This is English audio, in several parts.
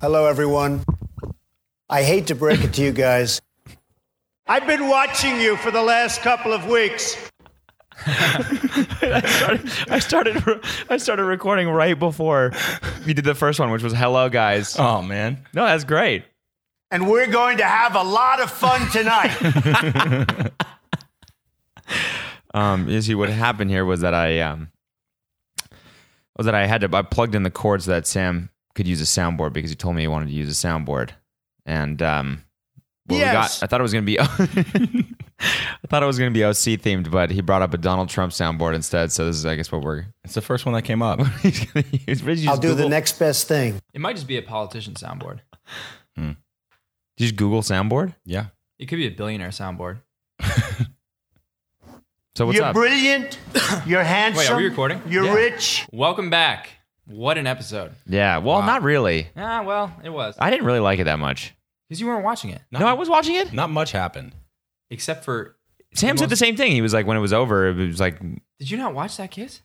Hello, everyone. I hate to break it to you guys. I've been watching you for the last couple of weeks. I started, I started, I started recording right before we did the first one, which was "Hello, guys." Oh man, No, that's great. and we're going to have a lot of fun tonight. Um, you see, what happened here was that I um, was that I had to I plugged in the cord so that Sam could use a soundboard because he told me he wanted to use a soundboard, and um, what we Yes. got, I thought it was gonna be. I thought it was going to be OC themed, but he brought up a Donald Trump soundboard instead. So this is, I guess, what we're it's the first one that came up. he's going to use. What did you I'll just do the Google? next best thing. It might just be a politician soundboard. Did you just Google soundboard? Yeah, It could be a billionaire soundboard. So what's you're up? brilliant. You're handsome. recording? You're Yeah. rich. Welcome back. What an episode. yeah. Well, Wow. not really. Ah, well, it was. I didn't really like it that much. Because you weren't watching it. no, I was watching it. not much happened. Except for. Sam said the same thing. He was like, when it was over, it was like, oh, Did you not watch that kiss?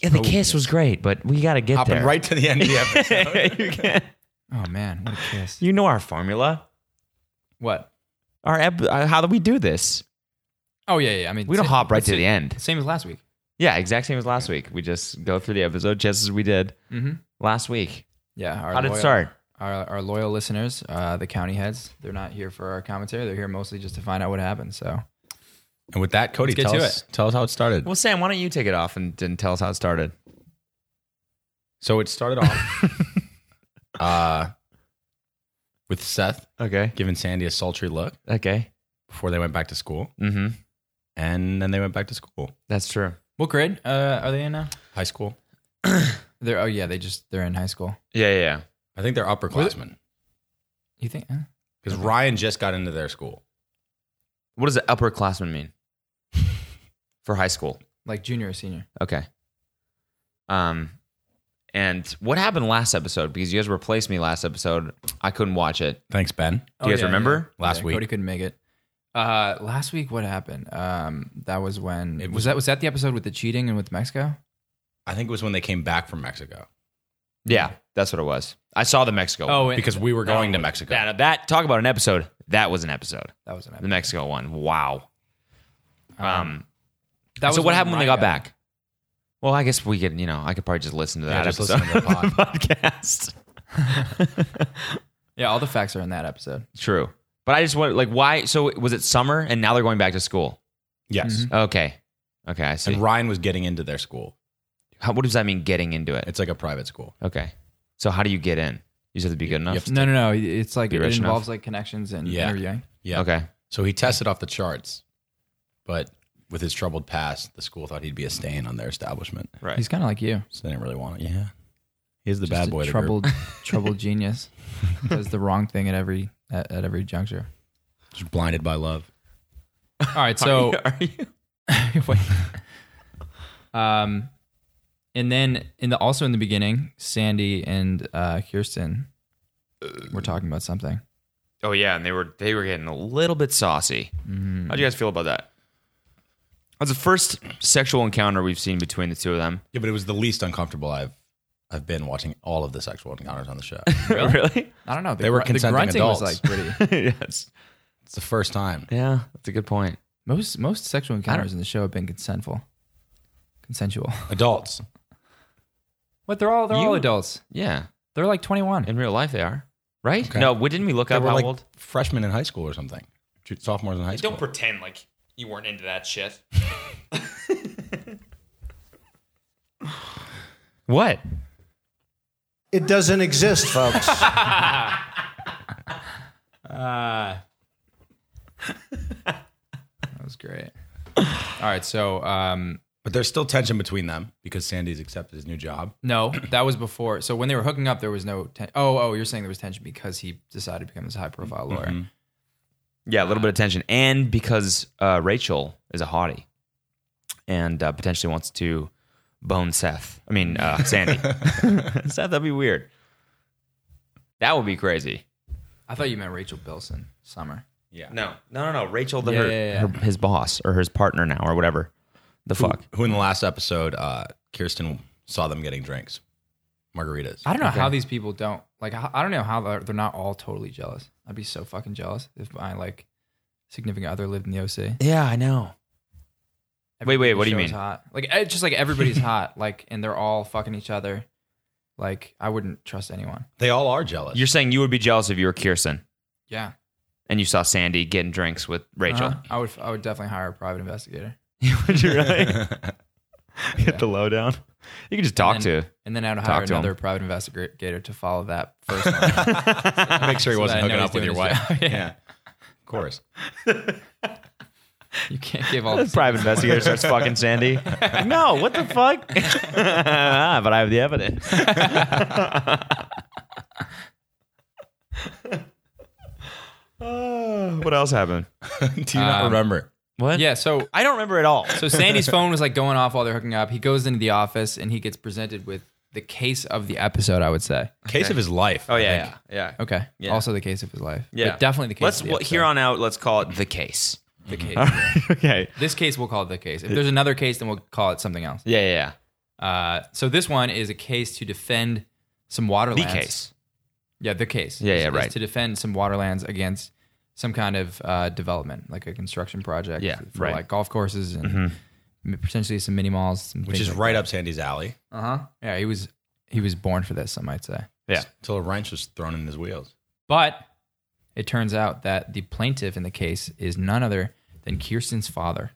yeah, the kiss was great, but we got to get Hopping there. right to the end of the episode. you, can't- Oh, man. What a kiss. you know our formula. What? Our ep- uh, how do we do this? Oh, yeah, yeah. I mean, We don't sa- hop right it's to sa- the end. Same as last week. Yeah, exact same as last week. We just go through the episode just as we did Mhm. last week. Yeah. Our How did it loyal- start? Our, our loyal listeners, uh, the county heads, they're not here for our commentary. They're here mostly just to find out what happened. So, And with that, Cody, Let's get tell to us, tell us how it started. Well, Sam, why don't you take it off and, and tell us how it started? So it started off uh, with Seth Okay. giving Sandy a sultry look Okay. before they went back to school, Mm-hmm. and then they went back to school, That's true. what grade uh, are they in now? high school. They're oh yeah, they just they're in high school. Yeah, yeah, yeah. I think they're upperclassmen You think? Huh? because Ryan just got into their school. What does the upperclassman mean for high school? Like junior or senior? Okay. Um, and what happened last episode? Because you guys replaced me last episode. I couldn't watch it. Thanks, Ben. Do you Oh, guys remember? Last week. Cody couldn't make it. Uh, last week, what happened? Um, that was when It was, was- that was that the episode with the cheating and with Mexico? I think it was when they came back from Mexico Yeah, that's what it was. I saw the Mexico. one. and- because we were going to Mexico. that, that talk about an episode. That was an episode. that was an The episode. Mexico one. Wow. Um. That was so what happened when they got Ryan back? Well, I guess we could. You know, I could probably just listen to Yeah, that just episode listen to the pod. of the podcast. Yeah, all the facts are in that episode. True. But I just want like why? So was it summer and now they're going back to school? Yes. Okay. Okay, I see. And Ryan was getting into their school. How, what does that mean? Getting into it? It's like a private school. Okay. So how do you get in? You just have to be good enough. have to- No, no, no. It's like Be it rich enough. involves like connections and Yeah. interviewing. Yeah. Okay. So he tested off the charts, but with his troubled past, the school thought he'd be a stain on their establishment. Right. He's kind of like you. So they didn't really want it. Yeah. He's the Just bad a boy. of the group. troubled, troubled genius. Does the wrong thing at every at, at every juncture. Just blinded by love. All right, so are you? Wait. um, and then in the also in the beginning, Sandy and uh, Kirsten were talking about something. Oh yeah, and they were they were getting a little bit saucy. How do you guys feel about that? That was the first sexual encounter we've seen between the two of them. Yeah, but it was the least uncomfortable I've I've been watching all of the sexual encounters on the show. Really? I don't know. The They were gru- consenting the grunting was adults. like pretty. yes. it's the first time. Yeah, that's a good point. most most sexual encounters in the show have been consentful, consensual. Adults. But they're all they're all You- adults. Yeah, They're like twenty one. in real life they are, right? Okay. No, we didn't we look They up were how like old? freshmen in high school or something. Ju- Sophomores in high school. pretend like you weren't into that shit. what? It doesn't exist, folks. That was great. All right, so um, but there's still tension between them because Sandy's accepted his new job. no, that was before. So when they were hooking up, there was no. Ten- oh, oh, you're saying there was tension because he decided to become this high profile lawyer. Yeah, a little bit of tension, and because uh, Rachel is a hottie, and uh, potentially wants to bone Seth. I mean uh, Sandy. Seth, that'd be weird. That would be crazy. I thought you meant Rachel Bilson Summer. Yeah. No, no, no, no. Rachel, the, Yeah, her, yeah, yeah. her- his boss or his partner now or whatever. The fuck. Who in the last episode, uh, Kirsten saw them getting drinks, margaritas. I don't know how these people don't Like I I don't know how they're, they're not all totally jealous. I'd be so fucking jealous if my like significant other lived in the OC. Yeah, I know. Wait, wait, what do you Everybody's mean? Hot. Like it's just like everybody's hot. Like and they're all fucking each other. Like I wouldn't trust anyone. They all are jealous. You're saying you would be jealous if you were Kirsten Yeah, and you saw Sandy getting drinks with Rachel. Uh-huh. I would. I would definitely hire a private investigator. would you really get the lowdown? You could just talk And- to. And then I would hire Talk to him. another private investigator to follow that first one. Make sure he So wasn't that I hooking know up with he's your doing wife. his job. yeah. Yeah. Of course. you can't give all The the private investigator starts fucking Sandy. no, what the fuck? Ah, but I have the evidence. Oh, what else happened? Do you not Um, remember? What? Yeah. So I don't remember at all. so Sandy's phone was like going off while they're hooking up. He goes into the office and he gets presented with the case of the episode. I would say. Case of his life. Oh I yeah, think. yeah, yeah. Okay. Also the case of his life. Yeah. But definitely the case. Let's of the well, episode. here on out. Let's call it the case. the case. okay. This case we'll call it the case. If there's another case, then we'll call it something else. Yeah, yeah, yeah. Uh, so this one is a case to defend some waterlands. The case. Yeah, the case. Yeah, Is- yeah, is right. To defend some waterlands against some kind of uh, development, like a construction project. Yeah, for right. Mm-hmm. like golf courses and m- potentially some mini malls, and Which is right up Sandy's alley Uh huh. Yeah, he was he was born for this, I might say. Yeah. until a wrench was thrown in his wheels. But it turns out that the plaintiff in the case is none other than Kirsten's father.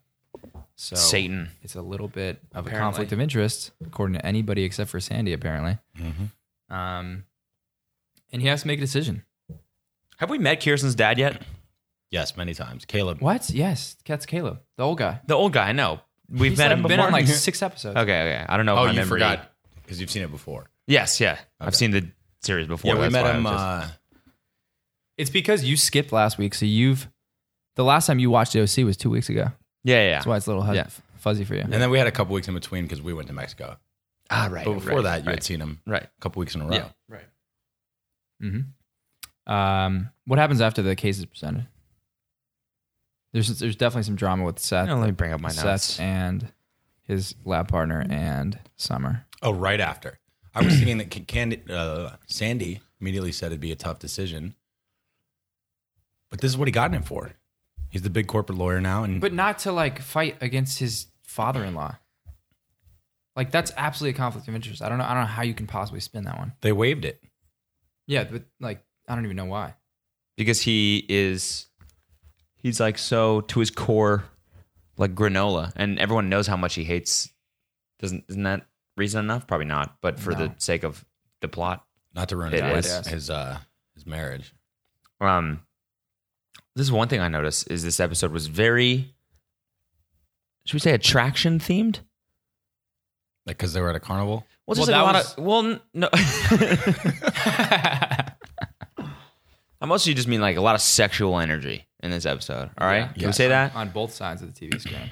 So Satan. It's a little bit of a Apparently. conflict of interest, according to anybody except for Sandy, apparently. Mm-hmm. Um, and he has to make a decision. Have we met Kirsten's dad yet? Yes, many times. Caleb. What? Yes, that's Caleb, the old guy. The old guy. I know. We've He's met like him been before. on like six episodes. okay, okay. I don't know. if Oh, my you memory- forgot because you've seen it before. Yes, yeah. I've seen the series before. Yeah, we that's met why I him. was just- uh, It's because you skipped last week, so you've the last time you watched OC was two weeks ago. yeah, yeah. That's why it's a little hu- Yeah. fuzzy for you. and then we had a couple weeks in between because we went to Mexico. ah, right. But before right, that, you right, had seen him right. a couple weeks in a row. Yeah. Mm-hmm. Um, what happens after the case is presented? There's there's definitely some drama with Seth, No, let me bring up my notes. Seth and his lab partner and Summer. Oh, right after. I was thinking that Ca- Candy, uh, Sandy immediately said it'd be a tough decision, but this is what he got in it for. He's the big corporate lawyer now, and but not to like fight against his father-in-law. Like that's absolutely a conflict of interest. I don't know. I don't know how you can possibly spin that one. they waived it. Yeah, but like I don't even know why. Because he is, he's like so to his core, like granola, and everyone knows how much he hates. Doesn't isn't that reason enough? Probably not. But for the No. sake of the plot, Not to ruin It his is. his, uh, his marriage. um, this is one thing I noticed is this episode was very, should we say, attraction themed. Like because they were at a carnival. Well, Well, just like a that lot was- of well, n- no. I mostly just mean like a lot of sexual energy in this episode. All right, Yeah. can we Yes. say that? on both sides of the TV screen.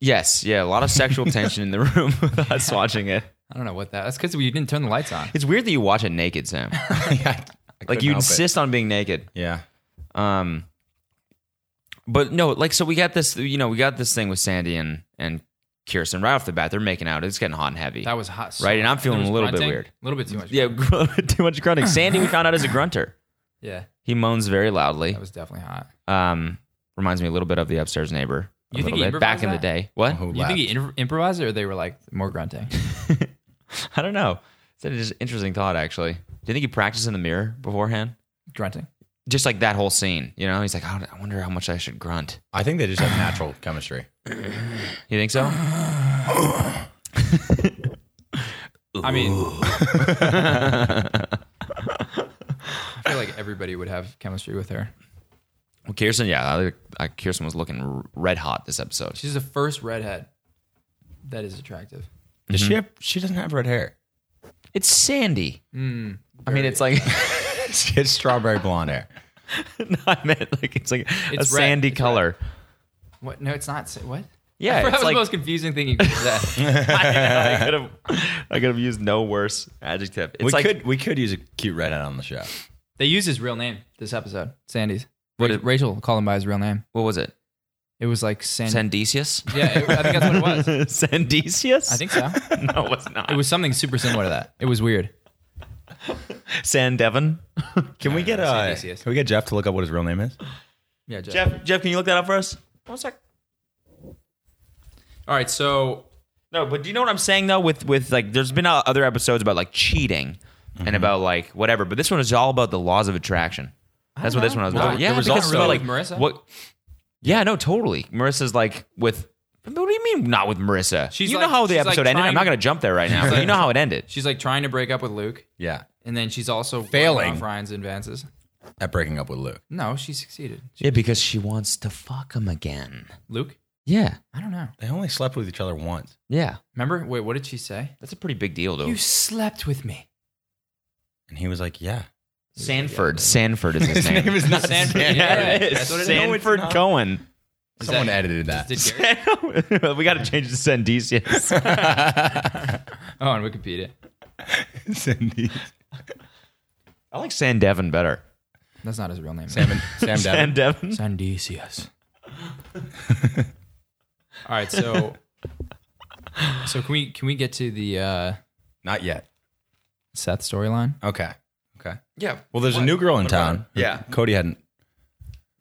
Yes, yeah, a lot of sexual tension in the room with us watching it. I don't know what that. That's because we didn't turn the lights on. It's weird that you watch it naked, Sam. yeah, I Like couldn't you help it. insist on being naked. Yeah, Um, but no, like so we got this. You know, we got this thing with Sandy and and Kirsten right off the bat. They're making out. It's getting hot and heavy. That was hot, so Right, and I'm hot. feeling There a was little bit grunting, weird. A little bit too much. yeah, too much grunting. Sandy, we found out is a grunter. yeah, He moans very loudly. that was definitely hot. um, reminds me a little bit of the upstairs neighbor. A You think little he bit back improvised in the that? day. What? Who You think he laughed? imp- improvised it, or they were like more grunting? I don't know. It's an just interesting thought, actually. Do you think he practiced in the mirror beforehand? grunting. Just like that whole scene, you know? He's like, "Oh, I wonder how much I should grunt. I think they just have natural chemistry. You think so? I mean, I feel like everybody would have chemistry with her. Well, Kirsten, yeah, I, I, Kirsten was looking r- red hot this episode. She's the first redhead that is attractive. Does she have? She doesn't have red hair. It's Sandy. I mean, it's like, She has strawberry blonde hair. no, I meant like it's like a It's red. sandy It's red. color. What? No, it's not. What? Yeah, that it's was like- the most confusing thing you could say. I could have, I could have used no worse adjective. It's we like could we could use a cute redhead on the show. they used his real name this episode. Sandy's. What What Rachel, did- Rachel called him by his real name. what was it? It was like Sandy. Sandicius. yeah, it- I think that's what it was. Sandicius? I think so. no, it's not. It was something super similar to that. It was weird. San Devon. Can we get uh, Sandy, yes. Can we get Jeff to look up what his real name is? Yeah, Jeff. Jeff, Jeff, can you look that up for us? One sec. All right, so No, but do you know what I'm saying though? With with like, there's been uh, other episodes about like cheating and about like whatever, but this one is all about the laws of attraction. That's what this one was Well, about. the- yeah, the because result it's really- about like Marissa? What? Yeah, no, totally. Marissa's like with. But what do you mean not with Marissa? She's you know like- how the she's like episode ended. I'm trying- not gonna jump there right now. but you know how it ended. she's like trying to break up with Luke, Yeah, and then she's also working Failing. off Ryan's advances. at breaking up with Luke. No, she succeeded. Yeah, because she wants to fuck him again. Luke, Yeah, I don't know. They only slept with each other once. yeah. Remember? Wait, what did she say? That's a pretty big deal, though. You slept with me. And he was like, "Yeah." Sanford. Sanford is his name. is not Sanford. Yeah, it is. That's what it is. No, it's Sanford not. Cohen. Is Someone that- edited that. Did Gary? we got to change to Sandesius. Oh, on Wikipedia. Sandy. I like San Devon better. That's not his real name. Sam, Sam San Devon. Devin. Sandesius. All right, so so can we can we get to the uh, Not yet. Seth storyline? Okay. Okay. Yeah. Well, there's a new girl in town. Yeah. Cody hadn't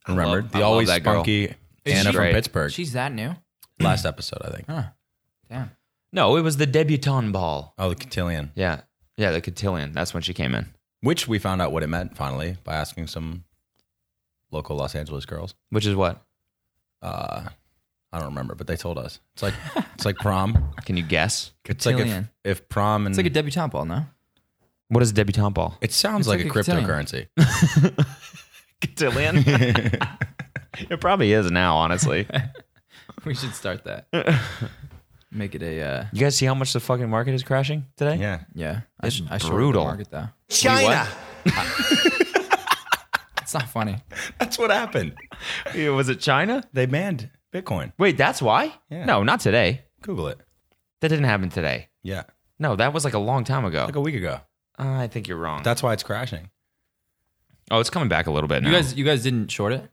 remembered. love- I the love always that girl. spunky Anna she from great? Pittsburgh. She's that new? Last episode, I think. Huh. Damn. No, it was the debutante ball. Oh, the cotillion. Yeah. Yeah, the cotillion. That's when she came in, Which we found out what it meant finally by asking some local Los Angeles girls. which is what? Uh, I don't remember, but they told us. It's like it's like prom. Can you guess? It's like if, Cotillion. if prom and It's like a debutante ball, no? What is a debutante ball? it it's sounds like, like a a cotillion. cryptocurrency. Cotillion? it probably is now, honestly. We should start that. Make it a uh, You guys see how much the fucking market is crashing today? yeah. yeah. I It's should I should brutal. market though. China. It's not funny. That's what happened. Yeah, Was it China? They banned Bitcoin. Wait, that's why? Yeah. No, not today. Google it. That didn't happen today. Yeah. No, that was like a long time ago. Like a week ago. Uh, I think you're wrong. That's why it's crashing. oh, it's coming back a little bit now. You guys you guys didn't short it?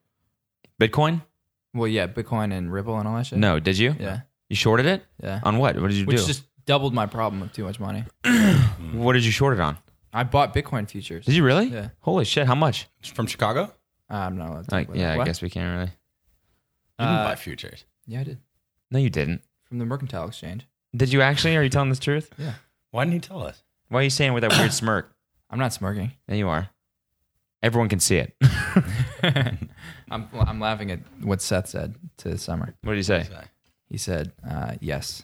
Bitcoin? Well, yeah, Bitcoin and Ripple and all that shit. No, did you? Yeah. You shorted it? Yeah. On what? What did you Which Um, do? just doubled my problem of too much money. what did you short it on? I bought Bitcoin futures. Did you really? Yeah. Holy shit! How much? It's from Chicago? Uh, I'm not allowed to. Like, talk about yeah, that. What? I guess we can't really. You didn't Uh, buy futures. Yeah, I did. No, you didn't. From the Mercantile Exchange. Did you actually? Are you telling the truth? Yeah. Why didn't he tell us? Why are you saying with that weird smirk? I'm not smirking. There you are. Everyone can see it. I'm, I'm laughing at what Seth said to Summer. What did you say? He said, uh, yes.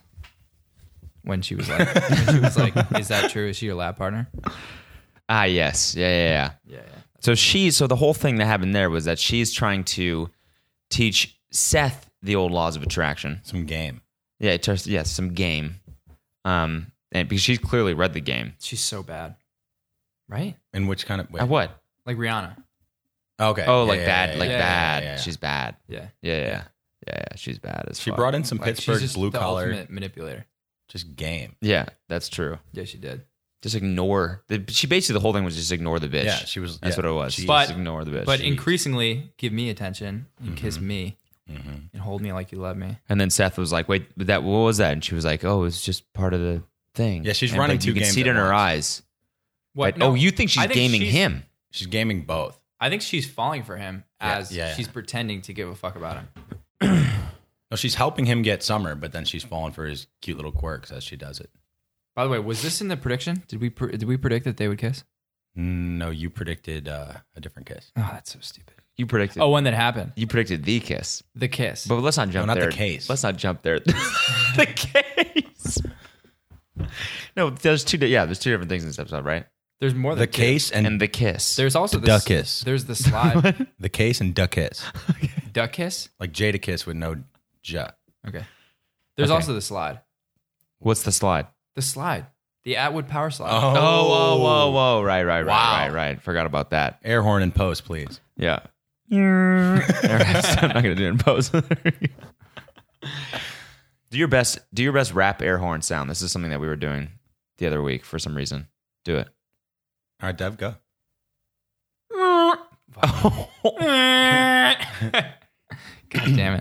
When she was like, when she was like, is that true? Is she your lab partner? Ah, yes. Yeah, yeah, yeah. Yeah, yeah. So she. So the whole thing that happened there was that she's trying to teach Seth the old laws of attraction. Some game. Yeah, it turns. Yes, some game. Um, and because she's clearly read the game. She's so bad. Right? And which kind of wait. Uh, what? Like Rihanna. Okay. Oh, Yeah, like yeah, bad, yeah, like yeah, bad. yeah, yeah. She's bad. Yeah. Yeah, yeah, yeah, yeah. yeah, She's bad as She fuck. brought in some Like, she's Pittsburgh just blue the collar ultimate manipulator. just game. Yeah, that's true. Yeah, she did. Just ignore. The, she basically the whole thing was just ignore the bitch. Yeah, she was- That's yeah, what it was. she- But- just ignore the bitch. But increasingly, give me attention and kiss Mm-hmm. me and hold me like you love me. and then Seth was like, "Wait, but that what was that?" And she was like, "Oh, it's just part of the thing." Yeah, she's And, running but two You can games see it at in her once. eyes. But, No, oh, you think she's I think gaming she's- him? She's gaming both. I think she's falling for him as yeah, yeah. she's pretending to give a fuck about him. No, she's helping him get summer, but then she's falling for his cute little quirks as she does it. By the way, was this in the prediction? Did we pre- did we predict that they would kiss? No, you predicted uh, a different kiss. Oh, that's so stupid. You predicted. Oh, one that happened. you predicted the kiss. The kiss. But let's not jump not the there. case. Let's not jump there. the case. No, there's two. di- Yeah, there's two different things in this episode, right? there's more than The two. case and, And the kiss. There's also The this, duck kiss. There's the slide. the case and duck kiss. duck kiss. Like Jada kiss with no j. Okay. There's Okay. also the slide. What's the slide? The slide. The Atwood power slide. Oh, whoa, whoa, whoa! Right, right, right, Wow. right, right. Forgot about that. Air horn and post, please. Yeah. All right, so I'm not gonna do it in pose. do your best. Do your best rap air horn sound. This is something that we were doing the other week for some reason. Do it. All right, Dev, go. God damn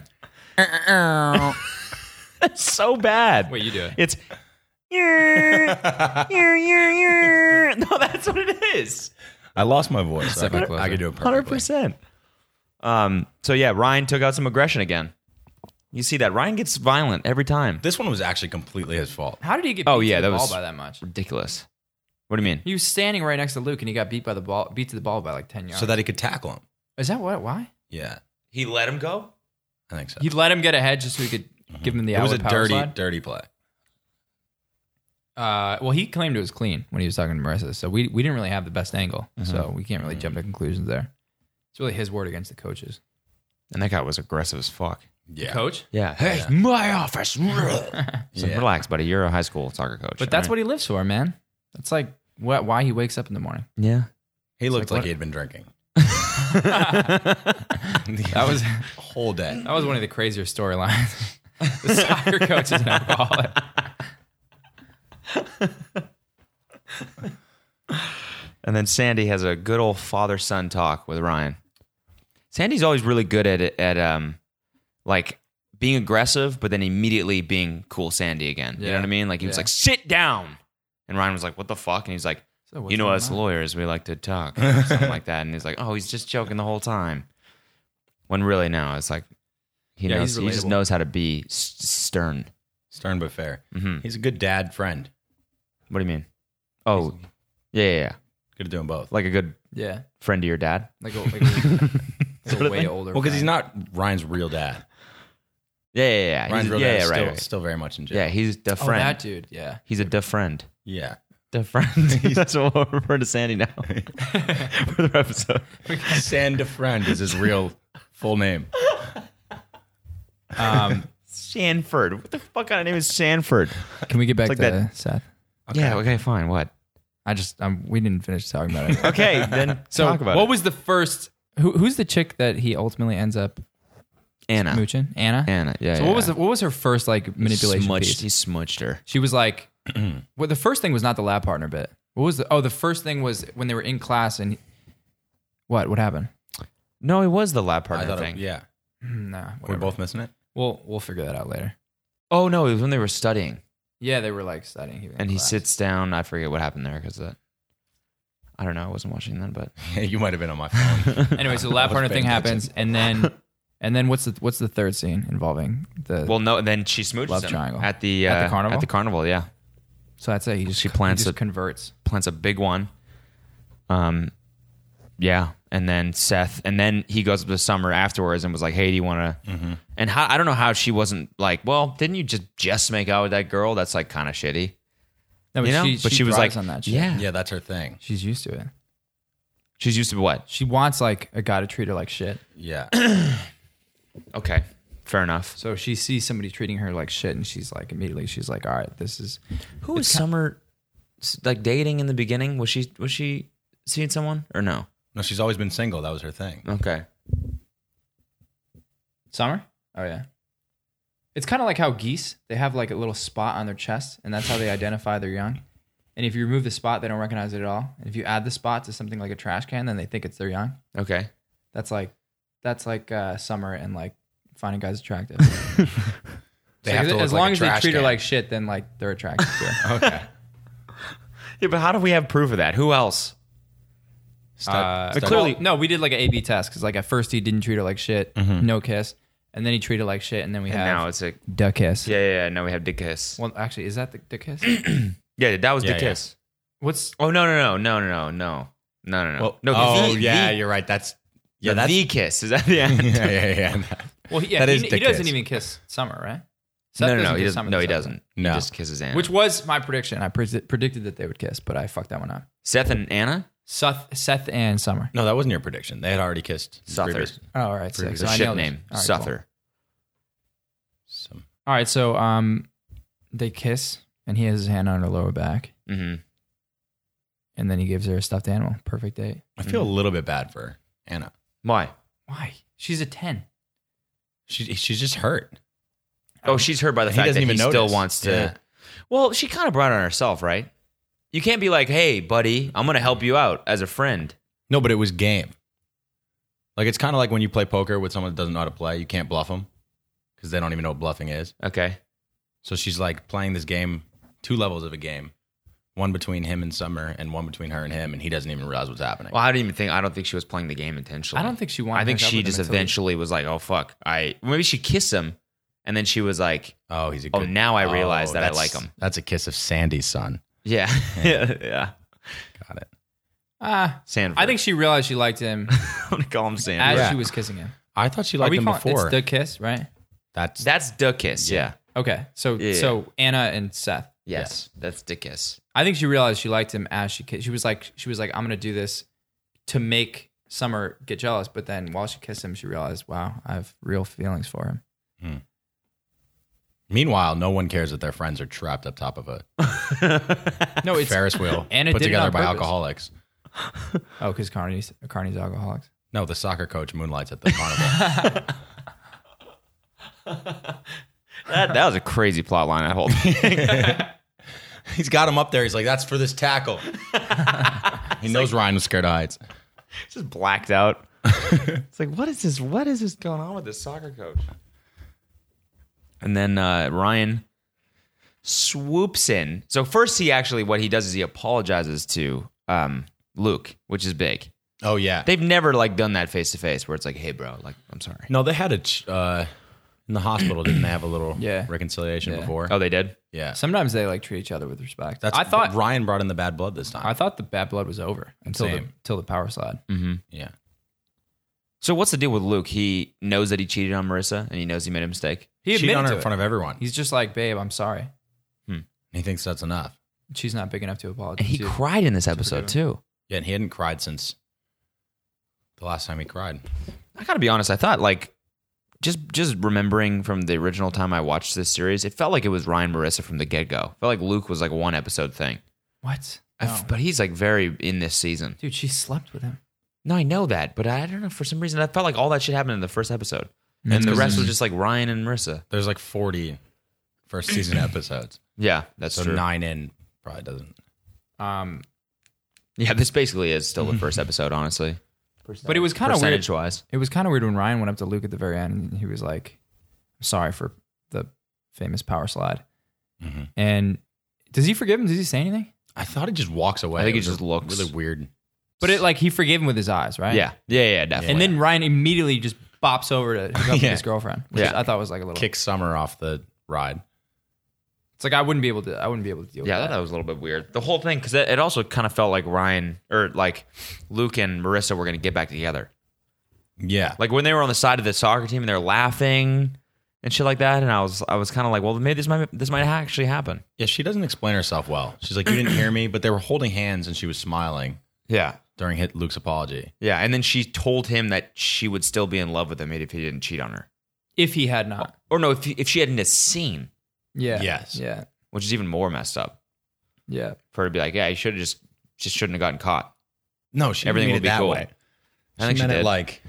it. so bad. Wait, you do it. It's no, that's what it is. I lost my voice. I, Second could- closer. I could do it perfectly. Hundred percent. Um. So yeah, Ryan took out some aggression again. You see that Ryan gets violent every time. This one was actually completely his fault. How did he get? Oh, beat yeah, to the that ball was- by that much. Ridiculous. What do you mean? He was standing right next to Luke, and he got beat by the ball, beat to the ball by like ten yards. So that he could tackle him. is that what? Why? Yeah, He let him go. I think so. He let him get ahead just so he could give him the Mm-hmm. it was a outward power dirty, slide? dirty play. Uh, well, he claimed it was clean when he was talking to Marissa, so we we didn't really have the best angle, Mm-hmm. so we can't really jump to conclusions there. It's really his word against the coaches. And that guy was aggressive as fuck. Yeah. Coach, Yeah. Hey, my office. so Yeah. relax, buddy. You're a high school soccer coach. but that's what he lives for, man. That's like what, why he wakes up in the morning. what. Yeah. He looked It's like, like, he had been drinking. That was whole day. that was one of the crazier storylines. the soccer coach is an alcoholic. And then Sandy has a good old father son talk with Ryan. Sandy's always really good at at um like being aggressive, but then immediately being cool Sandy again. You know Yeah. what I mean? Like he was Yeah. like, sit down. And Ryan was like, What the fuck? And he's like, So what's You know, going us on? lawyers, we like to talk. or something like that. And he's like, Oh, he's just joking the whole time. When really now it's like he Yeah, knows he's he just relatable. knows how to be s- stern. Stern but fair. Mhm. He's a good dad friend. What do you mean? Oh, yeah, yeah, yeah. Good at doing both. Like a good Yeah, friend to your dad. like a, like a, like a way older. well, because he's friend. not Ryan's real dad. Yeah, yeah, yeah. Ryan's He's- real yeah, dad yeah, is right, still, right. still very much in jail. Yeah, he's the Oh, friend. that dude. Yeah, He's a da friend. Yeah. Da friend. That's what we'll refer to Sandy now for the episode. Sand a friend is his real full name. Um, Sanford. What the fuck kind of name is Sanford? can we get back It's to like that- Seth? Yeah, okay, fine. What? I just um, we didn't finish talking about it. Okay, then So talk about what it. was the first? Who, who's the chick that he ultimately ends up Anna. mooching? Anna. Anna, yeah. So yeah, what was yeah. the, what was her first like manipulation smudged, piece? He smudged her. She was like, well, the first thing was not the lab partner bit. What was the? Oh, the first thing was when they were in class and what? What happened? No, it was the lab I partner thought, thing. it, yeah. Hmm, Nah, We're whatever. both missing it. We'll we'll figure that out later. Oh no, it was when they were studying, Yeah, they were like studying. in and he class. sits down. I forget what happened there because that. I don't know. I wasn't watching then, but you might have been on my phone. Anyway, so the lab was partner paying thing happens, and then and then what's the what's the third scene involving the? well, no. Then she smooches Love him triangle. at the uh, At the carnival? At the carnival, yeah. so that's it. He just she plants he just it. converts. plants a big one. Um, yeah, and then Seth, and then he goes up to Summer afterwards and was like, "Hey, do you want to?" And how, I don't know how she wasn't like, "Well, didn't you just just make out with that girl? That's like kind of shitty." No, but You know? she, But she was thrives like, on that shit. yeah. yeah, that's her thing. she's used to it. She's used to what? She wants like a guy to treat her like shit. Yeah. Okay, fair enough. So she sees somebody treating her like shit, and she's like immediately she's like, all right, this is Who was Summer s- like dating in the beginning? Was she was she seeing someone or no? No, she's always been single. That was her thing. Okay, summer. Oh yeah. It's kind of like how geese they have like a little spot on their chest, and that's how they identify their young. And if you remove the spot, they don't recognize it at all. And if you add the spot to something like a trash can, then they think it's their young. okay. That's like that's like uh, summer and like finding guys attractive. They Like, have to look as like long a as they trash treat her can. like shit, then like they're attracted to her. Okay. Uh, Yeah, but how do we have proof of that? Who else? Stud- Uh, stud- clearly- well, no, we did like an A/B test because like at first he didn't treat her like shit, Mm-hmm. no kiss, and then he treated her like shit, and then we And have now it's like, duh kiss. yeah, yeah, yeah. Now we have Dick Kiss. Well, actually, is that the, the kiss? Yeah, that was Yeah, Dick yeah. Kiss. What's Oh no no no no no no no no no no Well, no! oh, the- yeah, the, you're right. That's yeah, yeah, that's the kiss is that the end? yeah, yeah, yeah. well? he- Yeah, That he, is he dick doesn't kiss. even kiss Summer, right? Seth no no no kiss he doesn't Summer no this he episode. doesn't No. he just kisses Anna Which was my prediction. I pres- predicted that they would kiss, but I fucked that one up. Seth and Anna Seth, Seth and Summer. No, that wasn't your prediction. They had already kissed. the Suther. previous- Oh, all right, sick. the So I Mm-hmm. ship nailed it. name All right, cool. Suther Some, All right, so um, they kiss, and he has his hand on her lower back, mm-hmm. and then he gives her a stuffed animal. Perfect date. I feel a little bit bad for Anna. why Why? She's a ten. She she's just hurt. oh she's hurt by the He fact doesn't that even he still notice. wants to Yeah. well she kind of brought it on herself right you can't be like hey buddy I'm gonna help you out as a friend No, but it was game. Like it's kind of like when you play poker with someone that doesn't know how to play, you can't bluff them because they don't even know what bluffing is. okay So she's like playing this game two levels of a game, one between him and Summer, and one between her and him, and he doesn't even realize what's happening. Well, I don't even think. I don't think she was playing the game intentionally. I don't think she wanted. I think to hook up she with him just until he- eventually was like, "Oh fuck!" I maybe she kissed him, and then she was like, oh, he's a. "Oh, Good, now I oh, realize that I that's- like him." That's a kiss of Sandy's son. Yeah, yeah, yeah. Got it. Ah, Sanford. I think she realized she liked him I'm gonna call him Sanford. as Yeah. she was kissing him. I thought she Are liked we him calling before. it's the kiss, right? that's That's Dickus. Yeah. Okay, so Yeah. so Anna and Seth. Yes, that's Dickus. I think she realized she liked him as she kissed. She was like, she was like, I'm gonna do this to make Summer get jealous. But then while she kissed him, she realized, wow, I have real feelings for him. Meanwhile, no one cares that their friends are trapped up top of a No, it's Ferris wheel Anna put did it together on by purpose. alcoholics. oh, because Carney's Carney's alcoholics. No, the soccer coach moonlights at the carnival. That, that was a crazy plot line. I hold. He's got him up there. He's like, "That's for this tackle." he knows Ryan was scared of heights. just blacked out. it's like, what is this? What is this going on with this soccer coach? And then uh, Ryan swoops in. So first, he actually what he does is he apologizes to um, Luke, which is big. Oh yeah. They've never like done that face to face where it's like, hey, bro, like I'm sorry. no, they had a ch- uh, in the hospital. Didn't they have a little Yeah. reconciliation Yeah. before? Oh, they did. yeah. Sometimes they like treat each other with respect. That's I thought Ryan brought in the bad blood this time. I thought the bad blood was over until the, Same. Mm. until the power slide. yeah. So what's the deal with Luke? He knows that he cheated on Marissa, and he knows he made a mistake. He Cheated admitted on her to in it. front of everyone. He's just like, babe, I'm sorry. he thinks that's enough. She's not big enough to And apologize. he to. cried in this episode too. Yeah, and he hadn't cried since the last time he cried. I gotta be honest. I thought like just just remembering from the original time I watched this series, it felt like it was Ryan Marissa from the get go. Felt like Luke was like one episode thing, what? I No. f- but he's like very in this season. Dude, she slept with him. No, I know that, but I don't know for some reason I felt like all that shit happened in the first episode, and That's the 'cause rest was just like Ryan and Marissa. There's like 40 first season episodes. Yeah, that's So true. nine in probably doesn't. Um, yeah, this basically is still the first episode, honestly. but it was kind of weird. Percentage wise, It was kind of weird when Ryan went up to Luke at the very end and he was like, I'm sorry for the famous power slide. Mm-hmm. Mhm. And does he forgive him? Does he say anything? I thought he just walks away. I think It he was just a looks. really weird. But it like he forgave him with his eyes, right? yeah, yeah, yeah, definitely. And then Ryan immediately just bops over to hook up with Yeah. his girlfriend, which Yeah. I thought was like a little. Kicks Summer off the ride. It's like I wouldn't be able to. I wouldn't be able to deal Yeah, I with thought that. that was a little bit weird. The whole thing, because it, it also kind of felt like Ryan or like Luke and Marissa were going to get back together. Yeah. Like when they were on the side of the soccer team and they're laughing and shit like that, and I was I was kind of like, well, maybe this might this might actually happen. Yeah, she doesn't explain herself well. She's like, You didn't hear me, but they were holding hands and she was smiling Yeah, during hit Luke's apology. yeah. And then she told him that she would still be in love with him if he didn't cheat on her, if he had not. or no, if he, if she hadn't have seen, Yeah. Yes. Yeah. which is even more messed up Yeah. for her to be like, yeah, you should have just just shouldn't have gotten caught. No, she Everything made will it be that cool. way. I think she meant it did. like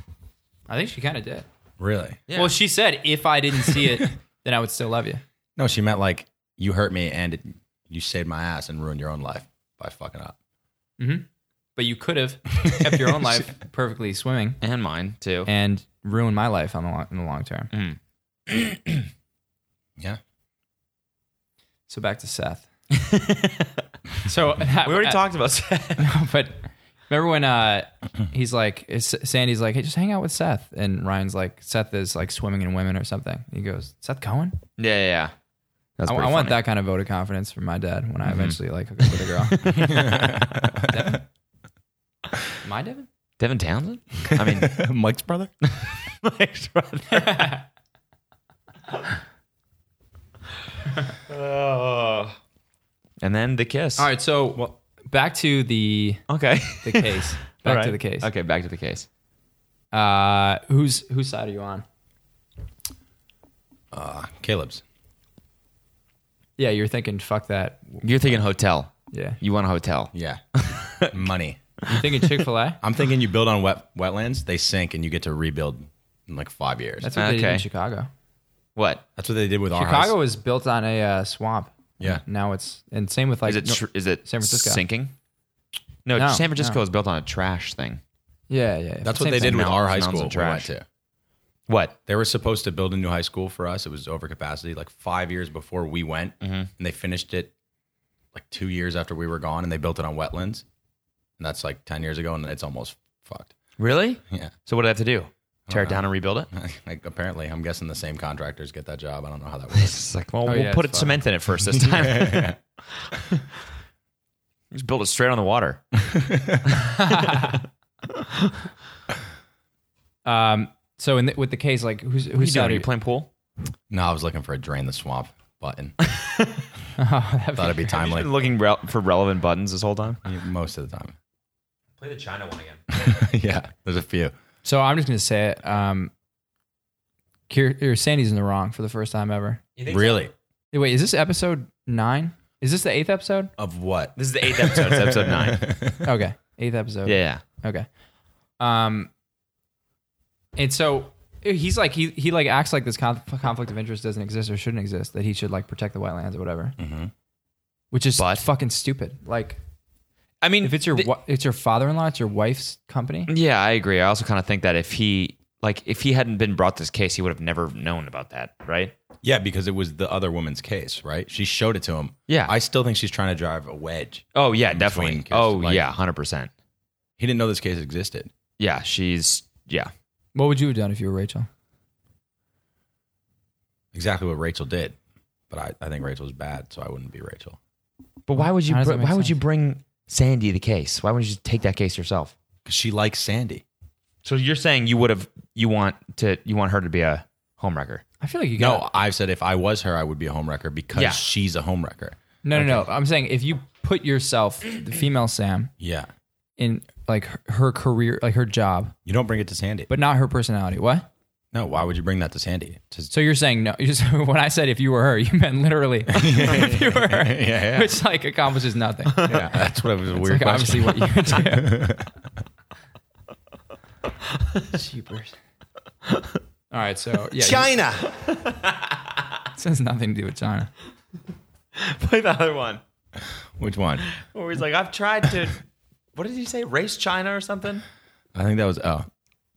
I think she kind of did. really. Yeah. Well, she said, if I didn't see it, then I would still love you. No, she meant like you hurt me and it, you saved my ass and ruined your own life by fucking up. But you could have kept your own life perfectly swimming and mine too. and ruined my life on the long, in the long term. Yeah. So back to Seth. so uh, we already talked about that. but remember when uh, he's like, is- Sandy's like, hey, just hang out with Seth, and Ryan's like, Seth is like swimming in women or something. He goes, Seth Cohen. yeah, yeah. yeah. That's I, I pretty funny. want Mm-hmm. that kind of vote of confidence from my dad when I eventually like hook up with a girl. Devin? My Devin? Devin Townsend? I mean, Mike's brother? Mike's brother. and then the kiss. All right, so back to the Okay. the case. All Back right. to the case. Okay, back to the case. Uh, whose whose side are you on? Uh, Caleb's. Yeah, you're thinking fuck that. You're thinking hotel. Yeah, You want a hotel. Yeah. Money. you thinking Chick Fil A? I'm thinking you build on wet wetlands, they sink and you get to rebuild in like five years. That's That's, what they did Okay. in Chicago. What? what they did with our Chicago house. was built on a uh, swamp. Yeah. Now it's and same with like Is it no- tr- is it San Francisco. sinking? No, No, San Francisco no. is built on a trash thing. yeah, yeah. That's same what they did thing. with our high Mountains school. of We went trash. to. What? They were supposed to Mm-hmm. build a new high school for us. It was over capacity like five years before we went, and they finished it like two years after we were gone, and they built it on wetlands, and that's like ten years ago, and it's almost fucked. Really? Yeah, So what do I have to do? Tear it down and rebuild it? like apparently, I'm guessing the same contractors get that job. I don't know how that works. It's like, well, Oh, we'll yeah, put it it's cement in it first this time. Just build it straight on the water. Um, so in the, with the case, like Who's who's who's doing? Are Saudi? you playing pool? no, I was looking for a drain the swamp button. That'd be- Thought it'd be You've timely. been looking rel- for relevant buttons this whole time. Most of the time, Play the China one again. yeah. There's a few. so I'm just gonna say it. Um, Kier, or Sandy's in the wrong for the first time ever. really? Hey, Wait, is this episode nine? Is this the eighth episode? Of what? This is the eighth episode. It's episode nine. Okay, eighth episode. Yeah. Okay. Um, and so he's like he he like acts like this conf- conflict of interest doesn't exist or shouldn't exist that he should like protect the wetlands or whatever, Mhm. which is But- fucking stupid. Like I mean, if it's your the- wa- it's your father in law, it's your wife's company. yeah, I agree. I also kind of think that if he like if he hadn't been brought this case, he would have never known about that, right? Yeah, because it was the other woman's case, right? She showed it to him. Yeah. I still think she's trying to drive a wedge. Oh yeah, In definitely. between cases, Oh like- yeah, hundred percent. He didn't know this case existed. Yeah, she's yeah. What would you have done if you were Rachel? Exactly what Rachel did. But I, I think Rachel's bad, so I wouldn't be Rachel. But why would you? How does Br- that why make would you sense? bring Sandy the case? Why wouldn't you just take that case yourself? Because she likes Sandy. So you're saying you would have you want to you want her to be a homewrecker? I feel like you got No, I've said if I was her, I would be a homewrecker because Yeah. she's a homewrecker. no, no, no. I'm saying if you put yourself, the female Sam, Yeah. in like her, her career, like her job, You don't bring it to Sandy. but not her personality. What? no, why would you bring that to Sandy? To- So you're saying no? You just, when I said if you were her, you meant literally if you were her, yeah. which like accomplishes nothing. yeah, that's what it was a weird like obviously question. what you would do. Jeepers. All right, so yeah, China. this has nothing to do with China. Play the other one Which one? where he's like, I've tried to. What did he say? Race China or something? I think that was oh.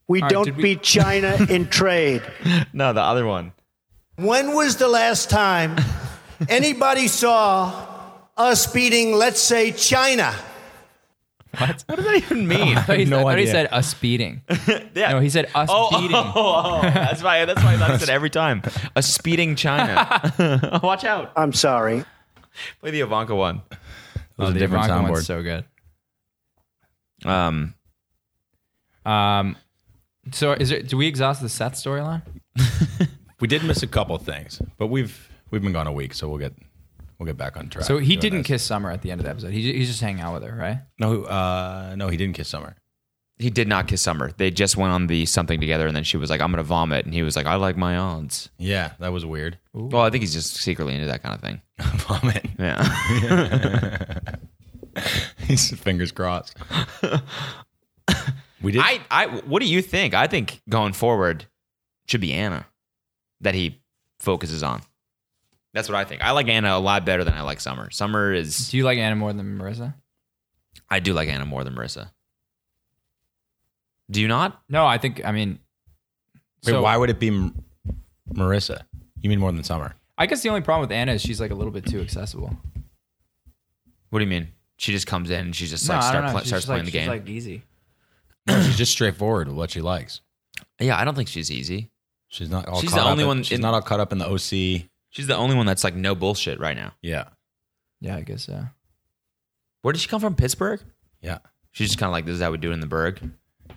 We right, don't did we- beat China in trade. No, the other one. When was the last time anybody saw us beating, let's say, China? What? What does that even mean? I thought he, no I thought he idea. said us beating. yeah. No, he said us Oh, beating. oh, oh, oh. that's why. That's why I thought I said every time. A speeding China. Watch out. I'm sorry. Play the Ivanka one. It was Oh, a the different Ivanka one's soundboard. So good. Um, Um, so is there, do we exhaust the Seth storyline? we did miss a couple things, but we've we've been gone a week, so we'll get we'll get back on track. So he doing didn't this. kiss Summer at the end of the episode. He, he's just hanging out with her, right? No, uh, no, he didn't kiss Summer. he did not kiss Summer. They just went on the something together, and then she was like, "I'm gonna vomit," and he was like, "I like my odds." Yeah, that was weird. Well, I think he's just secretly into that kind of thing. Vomit. Yeah. His fingers crossed. we did. I, I, what do you think? I think going forward should be Anna that he focuses on. That's what I think. I like Anna a lot better than I like Summer. Summer is Do you like Anna more than Marissa? I do like Anna more than Marissa. Do you not? No, I think I mean. Wait, so- why would it be M- Marissa? You mean more than Summer? I guess the only problem with Anna is she's like a little bit too accessible. What do you mean? She just comes in and she's just like I don't start know. pla- She's starts just, playing like, the game. She's like easy. No, she's just straightforward with what she likes. yeah, I don't think she's easy. She's not. All She's caught the only up in- one She's in- not all caught up in the OC. She's the only one that's like no bullshit right now. Yeah, Yeah, I guess so. Where did she come from? Pittsburgh? yeah, She's just kind of like this is how we do it in the burg.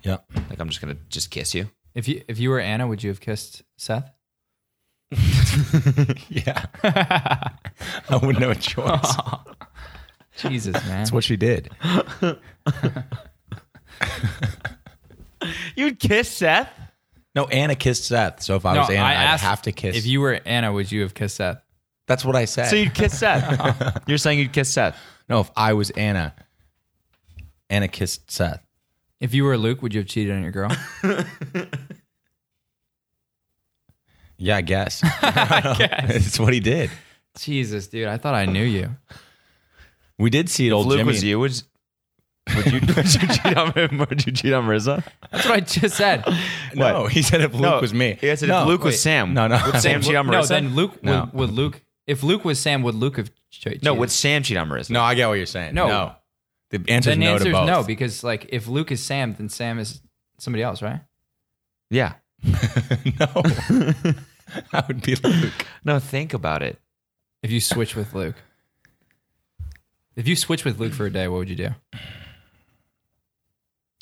yeah. Like I'm just gonna just kiss you. If you if you were Anna, would you have kissed Seth? yeah. I wouldn't have a choice. Jesus, man. That's what she did. You'd kiss Seth? No, Anna kissed Seth. So if I was Anna, I would have to kiss. If you were Anna, would you have kissed Seth? that's what I said. So you'd kiss Seth. You're saying you'd kiss Seth. no, if I was Anna, Anna kissed Seth. If you were Luke, would you have cheated on your girl? Yeah, I guess. I guess. it's what he did. Jesus, dude, I thought I knew you. We did see it. Old Luke Jimmy. was you. Would, would you would you cheat on him? Would you cheat on Marissa? That's what I just said. No, What? he said if Luke was me. He said No, if Luke wait. was Sam. No, no. Would Sam cheat on Marissa? No, then Luke No. would, would Luke If Luke was Sam, would Luke have ch- cheated? No, would Sam cheat on Marissa? No, I get what you're saying. No. no. The answer is Then the no answer to is both. no because like if Luke is Sam, then Sam is somebody else, right? Yeah. no. I would be Luke. No, think about it. If you switch with Luke, if you switch with Luke for a day, what would you do?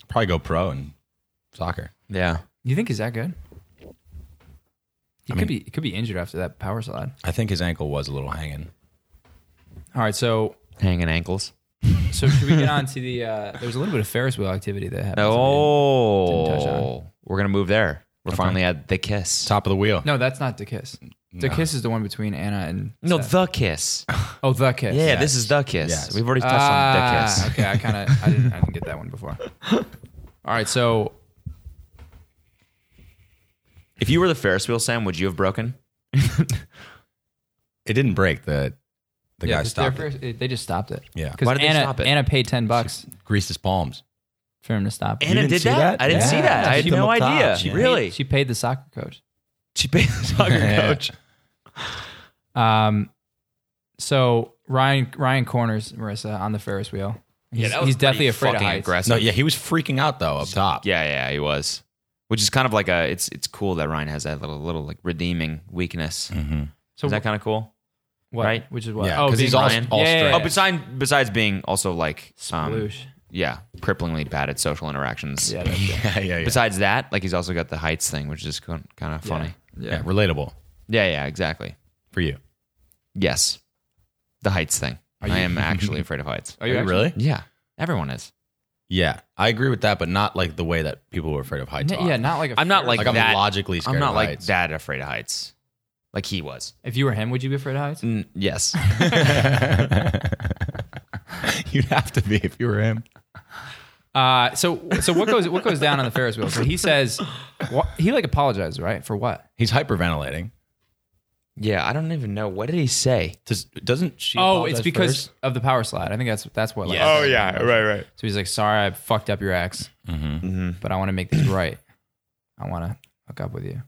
Probably go pro in soccer. Yeah. You think he's that good? He I could mean- be. He could be injured after that power slide. I think his ankle was a little hanging. All right, so Hanging ankles. so should we get on to the? Uh, there was a little bit of Ferris wheel activity that happened. Oh. Didn't touch on. We're going to move there. We're finally at the kiss. Top of the wheel. No, that's not the kiss. The kiss is the one between Anna and No, Seth. the kiss. oh the kiss. Yeah, this is the kiss. Yes. We've already touched on the Ah, kiss. okay, I kind of I didn't, I didn't get that one before. All right, so If you were the Ferris wheel, Sam, would you have broken? It didn't break. The the yeah, guy just their stopped. it. first- it- they just stopped it. Yeah. because Why did Anna they stop it? Anna paid ten bucks Greased his palms. for him to stop. it. Anna didn't did see that? that? I didn't see Yeah. that. I had She no hit him up idea. top. She Really? she paid the soccer coach. She paid the soccer Yeah. coach. Um, so Ryan Ryan corners Marissa on the Ferris wheel. He's, that was he's definitely pretty afraid of fucking heights. aggressive. No, yeah, he was freaking out though up top. Yeah, yeah, he was. Which is kind of like a it's it's cool that Ryan has that little little like redeeming weakness. Mm-hmm. So Is that kind of cool? what, right? Which is what? Yeah, 'cause being he's all- Oh, Ryan. all yeah, yeah, straight. yeah. Oh, besides besides being also like um, Sploosh. yeah, cripplingly bad at social interactions. Yeah, that's- yeah, yeah. yeah. Besides that, like he's also got the heights thing, which is kind of funny. yeah. relatable Yeah, yeah, exactly. for you. Yes, the heights thing. I am actually afraid of heights. Are you actually- really? Yeah, everyone is. Yeah, I agree with that, but not like the way that people were afraid of heights. N- are. yeah, not like a I'm not Ferris- like, Like, I'm that. logically scared I'm not of like heights. that afraid of heights, like he was. If you were him, would you be afraid of heights? Mm, yes. you'd have to be if you were him. Uh, so so what goes what goes down on the Ferris wheel? So he says wha- he like apologized, right? For what? He's hyperventilating. yeah, I don't even know what did he say. Does, doesn't she? Oh, apologize it's because first? of the power slide. I think that's that's what. Like, Yeah. Oh, yeah, right, right. So he's like, "Sorry, I fucked up your ex, Mm-hmm. but I want to make this right. I want to hook up with you.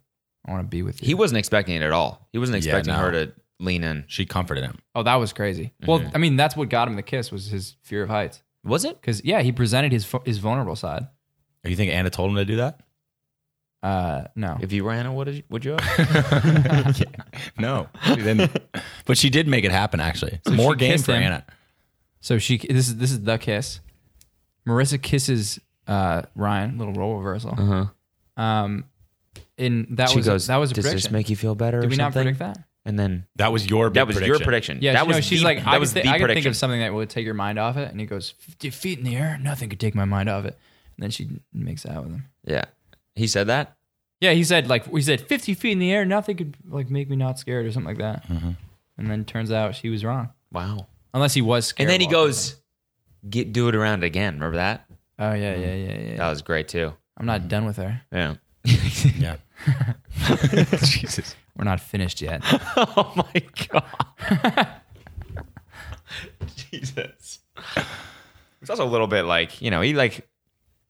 I want to be with you." He wasn't expecting it at all. He wasn't Yeah, expecting no. her to lean in. she comforted him. oh, that was crazy. Mm-hmm. Well, I mean, that's what got him the kiss was his fear of heights. Was it? Because yeah, he presented his fu- his vulnerable side. You think Anna told him to do that? Uh, no, If you ran, would you? Would you? No, she didn't. but she did make it happen. Actually, more she game kissed for him. Anna. So she this is this is the kiss. Marissa kisses uh, Ryan, little role reversal. Um, and that Uh-huh. she was goes. a, that was a Does prediction. this make you feel better? Did or we not something? predict that? And then That was your big that was your prediction. prediction. Yeah, that she- no, was she's the- like I that was could the thi- I could think prediction. of something that would take your mind off it, and he goes fifty feet in the air, nothing could take my mind off it. And then she makes out with him. Yeah, he said that. Yeah, he said like he said fifty feet in the air, nothing could like make me not scared or something like that. Mm-hmm. And then turns out she was wrong, Wow. unless he was scared. And then he while- goes, "Get do it around again." Remember that? oh yeah, yeah, yeah, yeah. That was great too. I'm Mm-hmm. not done with her. Yeah. Yeah. Jesus. We're not finished yet. oh my god. Jesus. It's also a little bit like you know he like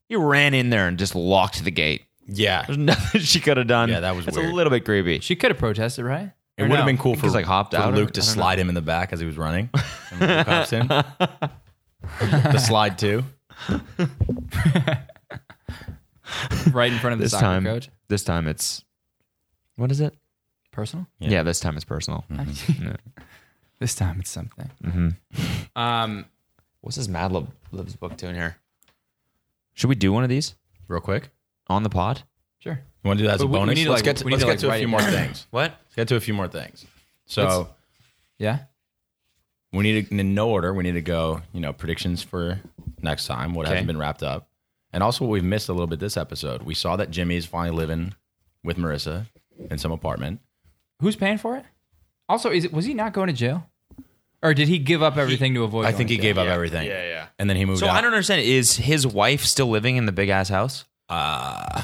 he ran in there and just locked the gate. Yeah. There's nothing she could have done. Yeah, that was It's weird. a little bit creepy. She could have protested, right? It would have been cool He for just, like, hopped for out or- Luke to I don't know. slide him in the back as he was running. And Luke hops in. the slide too. right in front of the this soccer time. coach. This time it's what is it? Personal. Yeah, this time it's personal. Hmm. Mm-hmm. Yeah. This time it's something. Um, What's this Mad Lib- Libs book doing here? Should we do one of these Real quick. on the pod? sure. You want to do that as But a we- we bonus? need to, let's like, get to, we need let's to, get like, to a write few it more down. things. What? Let's get to a few more things. So Yeah. we need to, in no order. We need to go. You know, predictions for next time. What hasn't been wrapped up, and also what we've missed a little bit this episode. We saw that Jimmy's finally living with Marissa in some apartment. Who's paying for it? Also, is it was he not going to jail, or did he give up everything to avoid? I think he gave up everything. Yeah, yeah. And then he moved. So out. I don't understand. Is his wife still living in the big ass house? Uh,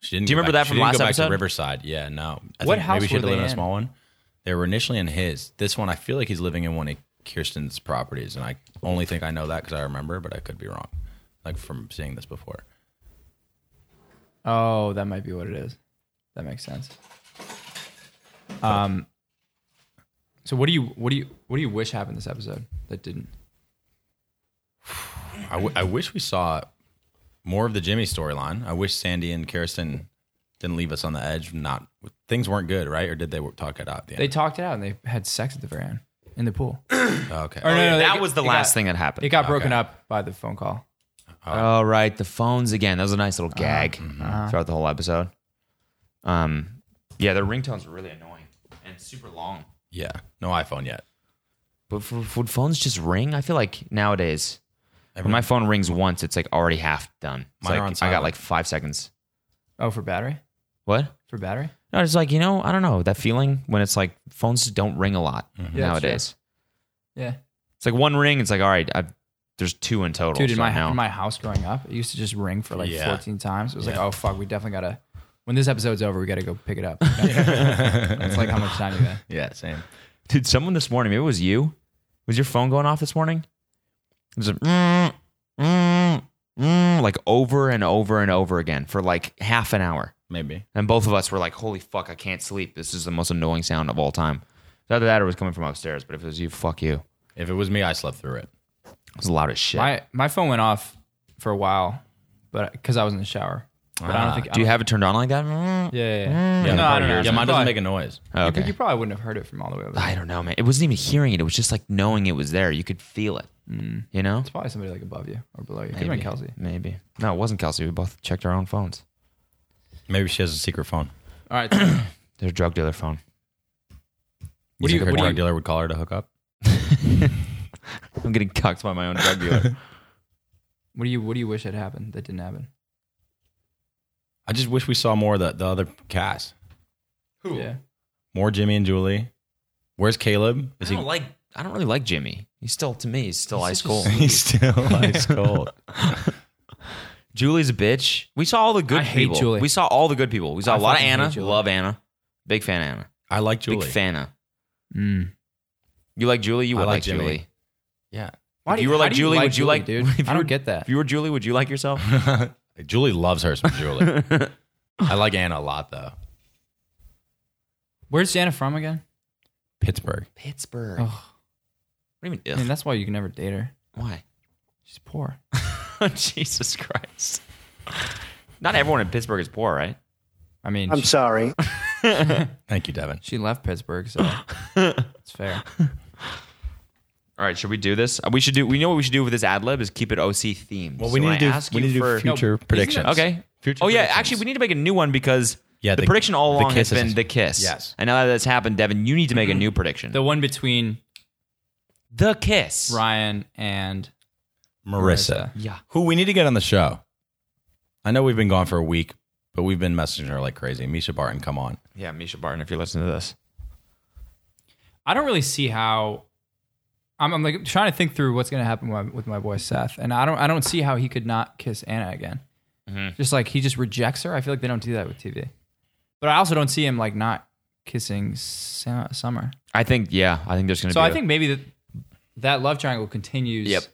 she didn't Do you go remember back- that she from didn't last go Back episode? to Riverside. Yeah, no. I What think house Maybe she were had to live they in a in? small one. They were initially in his. This one, I feel like he's living in one of Kirsten's properties, and I only think I know that because I remember, but I could be wrong. Like from seeing this before. Oh, that might be what it is. That makes sense. Um, So what do you what do you what do you wish happened this episode that didn't? I, w- I wish we saw more of the Jimmy storyline. I wish Sandy and Kirsten didn't leave us on the edge. Not things weren't good, right? Or did they talk it out? At the They end? talked it out and they had sex at the very end in the pool. Oh, okay. Or no, no, that they- was the they last Oh, got- thing that It happened. got broken up by the phone call. All Oh, right, the phones again. That was a nice little Uh-huh. gag throughout the whole episode. Um, yeah, their ringtones were really annoying and super long. yeah. No iPhone yet. But f- f- would phones just ring? I feel like nowadays, when my phone rings once, it's like already half done. It's Mine are on like, I silent. got like five seconds. Oh, for battery? What? For battery? No, it's like you know, I don't know that feeling when it's like phones don't ring a lot Yeah, that's nowadays. Yeah. It's like one ring. It's like all right, I've, there's two in total. Dude, in so my now. in my house growing up, it used to just ring for like Yeah. 14 times. It was like, Yeah. oh fuck, we definitely gotta. When this episode's over, we gotta go pick it up. That's like how much time you got. Yeah, same. Dude, someone this morning, maybe it was you. Was your phone going off this morning? It was like, mm, mm, mm, like over and over and over again for like half an hour. Maybe. And both of us were like, holy fuck, I can't sleep. This is the most annoying sound of all time. It's Either that or it was coming from upstairs, but if it was you, fuck you. If it was me, I slept through it. It was loud as shit. My my phone went off for a while, but because I was in the shower. But I Ah. don't think. I Uh, Do you don't- have it turned on like that? Mm. Yeah, yeah. yeah. Yeah, no, I don't know. Yeah, mine doesn't Probably- make a noise. Oh, You, okay. you probably wouldn't have heard it from all the way over. there. I don't know, man. It wasn't even hearing it. It was just like knowing it was there. You could feel it. You know? Mm. It's probably somebody like above you or below you. Could have been Kelsey. Maybe. No, it wasn't Kelsey. We both checked our own phones. Maybe she has a secret phone. All right. so Their drug dealer phone. What do you- think what do a drug you- dealer would call her to hook up? I'm getting cucked by my own drug dealer. what do you What do you wish had happened that didn't happen? I just wish we saw more of the, the other cast. Who? Yeah. More Jimmy and Julie. Where's Caleb? I don't like. I don't really like Jimmy. He's still to me. He's still ice such a cold. He's still ice cold. Julie's a bitch. We saw all the good I hate people. Julie. We saw all the good people. We saw I a lot of fucking hate Anna. Julie. Love Anna. Big fan of Anna. I like Julie. Big fan of. You like Julie? You I would like like, Jimmy. Julie. Yeah. Why If do you were how like do Julie, would you like- dude? if you I were- don't get that. If you were Julie, would you like yourself? Julie loves her some Julie. I like Anna a lot though. Where's Jana from again? Pittsburgh. Pittsburgh. Ugh. What do you mean? I mean, that's why you can never date her. Why? Oh, She's poor. Jesus Christ. Not everyone in Pittsburgh is poor, right? I mean, I'm she, sorry. Thank you, Devin. she left Pittsburgh, so it's fair. All right, should we do this? Uh, We should do. We know what we should do with this ad lib is keep it OC themed. Well, we So need when to do- I ask we you need to do for- future predictions. Okay. Future oh yeah, predictions. actually, we need to make a new one because Yeah, the, the- prediction all the along has kiss is- been the kiss. Yes. And now that that's happened, Devin, you need to make a new prediction. The The, one between kiss. Ryan and Marissa. Yeah. Who we need to get on the show. I know we've been gone for a week, but we've been messaging her like crazy. Misha Barton, come on. Yeah, Misha Barton. If you're listening to this, I don't really see how. I'm, I'm like trying to think through what's going to happen with my, with my boy Seth, and I don't I don't see how he could not kiss Anna again. Mm-hmm. Just like he just rejects her. I feel like they don't do that with TV, but I also don't see him like not kissing Sa- Summer. I think yeah, I think there's gonna So be. I a- think maybe that that love triangle continues. Yep.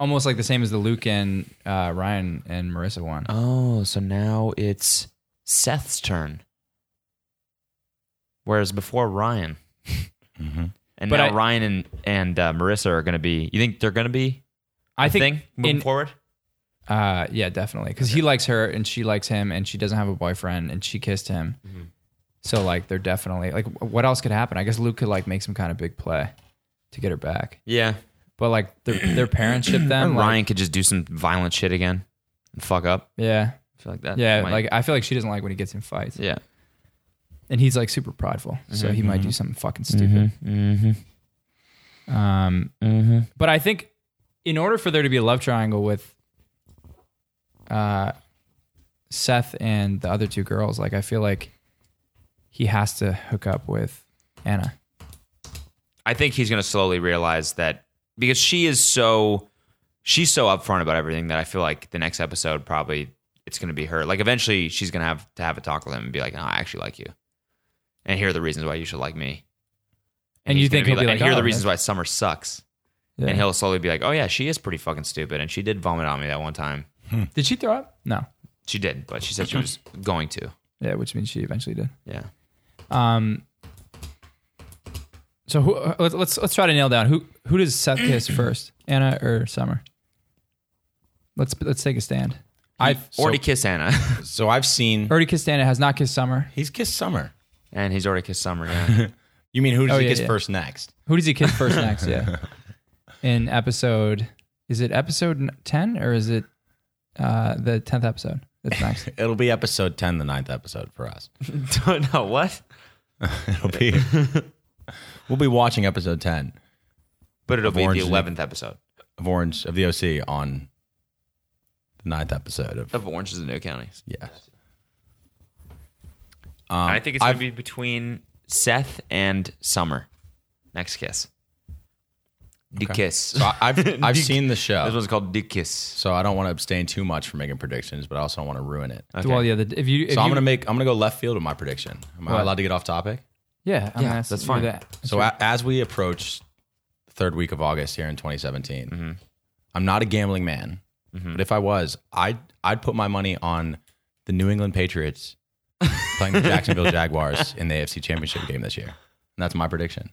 Almost like the same as the Luke and uh, Ryan and Marissa one. Oh, so now it's Seth's turn, whereas before Ryan. And Mm-hmm. But now I- Ryan and and uh, Marissa are gonna be. You think they're gonna be? I a think thing moving in- forward. Uh, yeah, definitely. Because he likes her and she likes him, and she doesn't have a boyfriend, and she kissed him. So like, they're definitely like, what else could happen? I guess Luke could like make some kind of big play to get her back, Yeah. but like their their parentship And then like- Ryan could just do some violent shit again and fuck up. yeah, I feel like that. yeah. might- Like I feel like she doesn't like when he gets in fights, yeah. and he's like super prideful, so he Mm-hmm. might do something fucking stupid. Um, Mm-hmm. but I think in order for there to be a love triangle with uh, Seth and the other two girls, like I feel like he has to hook up with Anna. I think he's going to slowly realize that because she is so she's so upfront about everything that I feel like the next episode probably it's going to be her. Like eventually she's going to have to have a talk with him and be like, "No, I actually like you." And here are the reasons why you should like me. And you he's think gonna he'll be and like, here are "Oh, the reasons why summer sucks. Yeah. And he'll slowly be like, "Oh yeah, she is pretty fucking stupid and she did vomit on me that one time." Did she throw up? No. She did, but she said she was going to. Yeah, which means she eventually did. Yeah. Um, So who, uh, let's let's let's try to nail down who who does Seth kiss first, Anna or Summer? Let's let's take a stand. I already kissed Anna, So I've seen already kissed Anna, has not kissed Summer. he's kissed Summer. and he's already kissed Summer. Yeah. You mean who does Oh, he yeah, kiss yeah. first next? Who does he kiss first next? Yeah, in episode is it episode ten or is it uh, the tenth episode? That's next. It'll be episode ten, the ninth episode for us. Don't know what, It'll be. we'll be watching episode ten but it'll be Orange the is the- eleventh episode of Orange of the OC on the ninth episode of of Orange Is the New County. yes. I think it's gonna I've- be between Seth and Summer. Next kiss. The kiss. So I- I've I've Dick. seen the show. This one's called the kiss. So I don't want to abstain too much from making predictions, but I also don't want to ruin it. Okay. Well, yeah. The, if you, Uh, if So I'm you- gonna make I'm gonna go left field with my prediction. Am I What? allowed to get off topic? yeah, I mean, Yeah, that's fine. you're the- So a, as we approach the third week of August here in 2017, Mm-hmm. I'm not a gambling man, but if I was, I'd I'd put my money on the New England Patriots playing the Jacksonville Jaguars in the AFC Championship game this year. And that's my prediction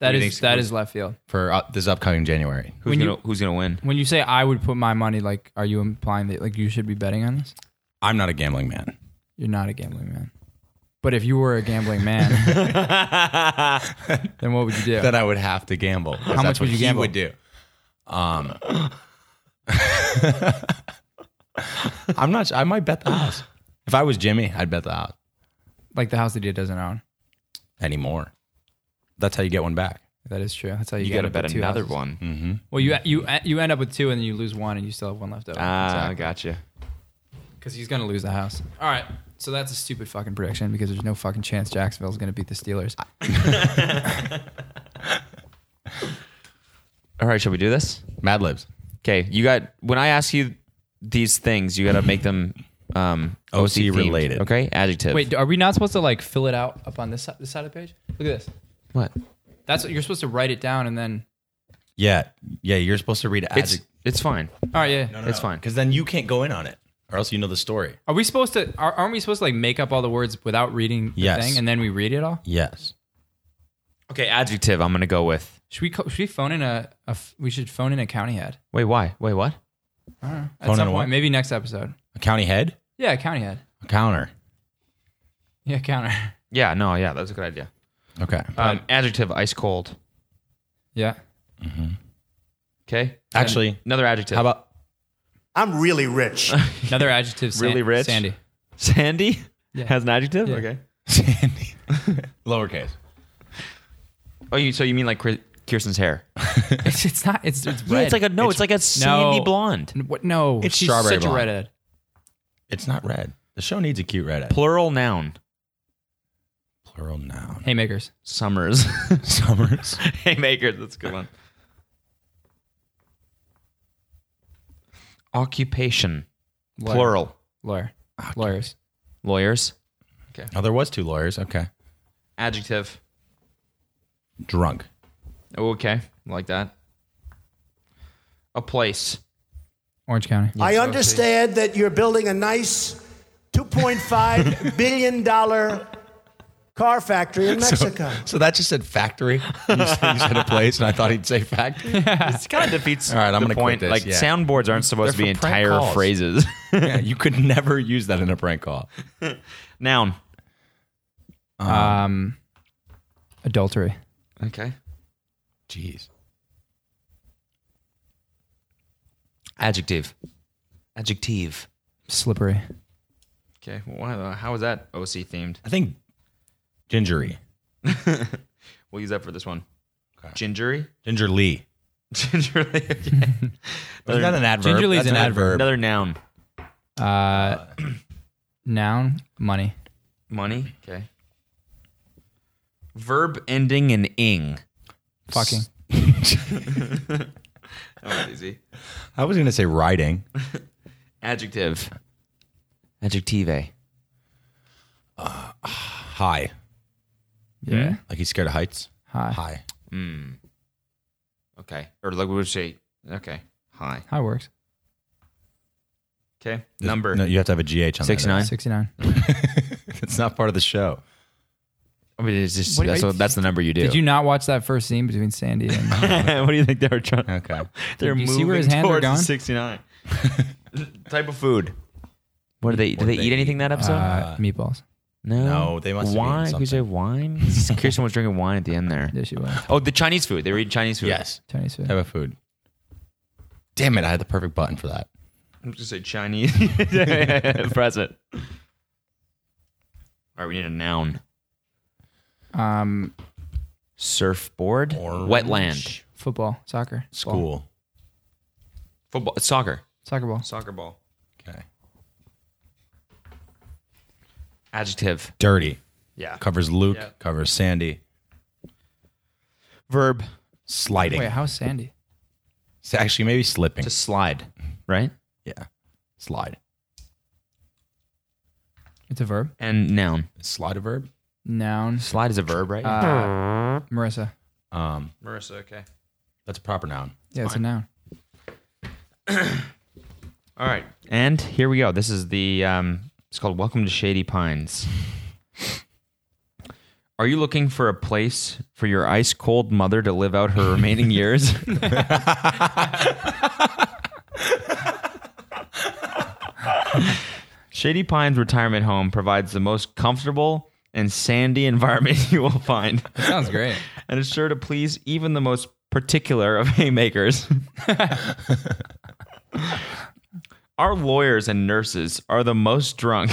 that do you is think's- that is left field. for uh, this upcoming January. Who's when you- gonna Who's gonna win? When you say I would put my money, like, are you implying that like you should be betting on this? I'm not a gambling man. You're not a gambling man. But if you were a gambling man, then what would you do? That I would have to gamble. How much would you gamble? Would do. Um, I'm not. su- I might bet the house. If I was Jimmy, I'd bet the house like the house that he doesn't own. anymore. That's how you get one back. That is true. That's how you, You get gotta up with bet two another houses. one. Well, you you you end up with two, and then you lose one, and you still have one left over Ah, gotcha. because he's gonna lose the house. All right, so that's a stupid fucking prediction because there's no fucking chance Jacksonville's gonna beat the Steelers. All right, shall we do this? Mad Libs. Okay, you got. When I ask you these things, you gotta make them um, OC OC, themed, related. Okay, adjective. Wait, are we not supposed to like fill it out up on this si- this side of the page? Look at this. what? That's what you're supposed to write it down, and then Yeah, yeah. You're supposed to read It's it's fine. all right, yeah. It's fine. because then you can't go in on it, or else you know the story. Are we supposed to? Are, aren't we supposed to like make up all the words without reading the Yes. thing, and then we read it all? Yes. Okay, adjective. I'm gonna go with. Should we co- should we phone in a, a f- we should phone in a county head Wait, why? Wait, what? at Phone in some a point? what? Maybe next episode. A county head. Yeah, a county head. A counter. Yeah, counter. Yeah, no, yeah, that's a good idea. Okay. Um, adjective: ice cold. Yeah. Okay. Actually, Another adjective. how about I'm really rich. Another adjective. San- Really rich? Sandy. Sandy? Yeah. Has an adjective. Yeah. Okay. Sandy? Lowercase. Oh, you so you mean like Kir- Kirsten's hair? It's, it's not. It's it's red. Yeah, it's like a no. It's, like a sandy no. blonde. N- what? No, It's she's strawberry such blonde. a redhead. It's not red. The show needs a cute redhead. Plural noun. Plural noun. Haymakers. Summers. Summers. Haymakers. That's a good one. Occupation. Lawyer. Plural. Lawyer. Lawyers. Lawyers. Oh, there was two lawyers. Okay. Adjective. Drunk. Oh, okay. Like that. A place. Orange County. I understand that you're building a nice $2.5 billion dollar car factory in Mexico. So that just said factory. You said, you said a place, and I thought he'd say factory. It kind of defeats All right, I'm the gonna quit point. this, Like yeah. soundboards aren't supposed They're to be for prank entire calls. phrases. Yeah, you could never use that in a prank call. Noun. Um, adultery. Okay. Jeez. Adjective. Adjective. Slippery. Okay. Why the, how is that OC themed? I think gingery. We'll use that for this one. Gingery. Gingerly. Gingerly. Okay. Isn't that an adverb? Gingerly is That's an adverb. Another noun. Uh, noun. Money. Money. Okay. Verb ending in ing. Fucking. That was easy. I was going to say riding. Adjective. Adjective. High. Yeah. Like he's scared of heights. High. High. High. Okay. Or like we would say. Okay. Hi. works. Okay. Number. No, you have to have a GH on Six that. nine. Sixty nine. It's not part of the show. I mean, it's just What do you- that's what, that's the number you do. Did you not watch that first scene between Sandy and? what do you think they were trying? Okay. They're Did you moving see where his hands are towards the gone? 69. type of food. What do they? Do they, eat anything that episode? Uh, meatballs. no. no, they must have eaten wine. Could you say wine? Kirsten was drinking wine at the end there. There she was. Oh, the Chinese food. They were eating Chinese food. Yes. Chinese food. Type of food. Damn it! I had the perfect button for that. I'm just say Chinese present. All right, we need a noun. Um, Surfboard. Orange. Wetland. football, soccer, ball. School. Football. Soccer. soccer ball, Soccer ball. Okay. Adjective. Dirty. Yeah. Covers Luke. Yeah. Covers Sandy. Verb. Sliding. Wait, how's Sandy? It's actually maybe slipping. To slide. Right. yeah. Slide. It's a verb. And noun. Is slide a verb? Noun. Slide is a verb, right? Uh, Marissa. Um, Marissa. Okay. that's a proper noun. Yeah, it's a noun. All right. And here we go. This is the um it's called Welcome to Shady Pines. Are you looking for a place for your ice cold mother to live out her remaining years? Shady Pines Retirement Home provides the most comfortable and sandy environment you will find Sounds great. and is sure to please even the most particular of haymakers. Our lawyers and nurses are the most drunk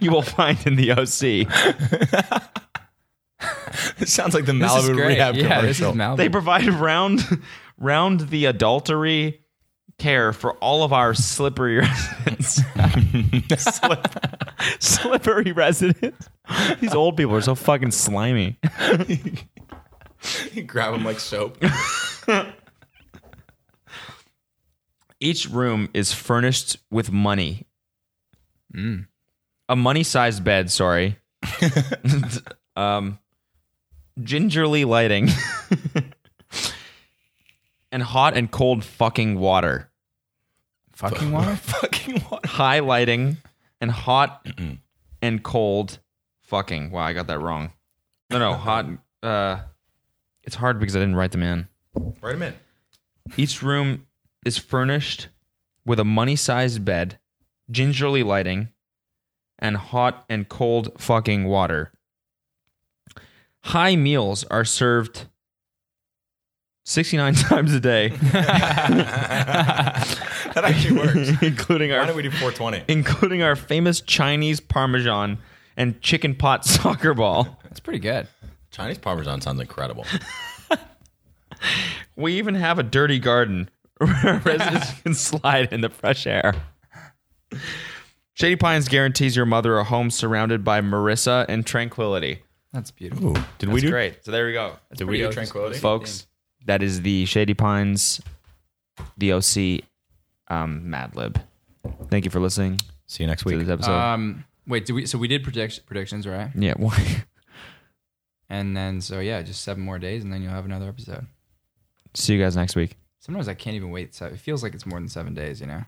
you will find in the OC. it sounds like the This is Malibu great. rehab yeah, this is commercial. Malibu. They provide round, round the adultery care for all of our slippery residents. Slip- slippery residents. These old people are so fucking slimy. You grab them like soap. Each room is furnished with money. A money sized bed, sorry. um, gingerly lighting. and hot and cold fucking water. fucking water. Fucking water. High lighting and hot and cold fucking. Wow, I got that wrong. No, no, hot. Uh, it's hard because I didn't write them in. Write them in. Each room is furnished with a money sized bed, gingerly lighting, and hot and cold fucking water. High meals are served 69 times a day, That actually works. including Why our don't we do 420? including our famous Chinese parmesan and chicken pot soccer ball. That's pretty good. Chinese Parmesan sounds incredible. We even have a dirty garden where residents can slide in the fresh air. Shady Pines guarantees your mother a home surrounded by Marissa and tranquility. That's beautiful. Ooh, did we That's great. So there we go. Did we do tranquility? Folks, that is the Shady Pines DOC um, Mad Lib. Thank you for listening See you Uh, next to this week. episode. Um, wait, do we? So we did predict, predictions, right? yeah, why? And then so yeah, just seven more days, and then you'll have another episode. See you guys next week. Sometimes I can't even wait. So it feels like it's more than seven days, you know.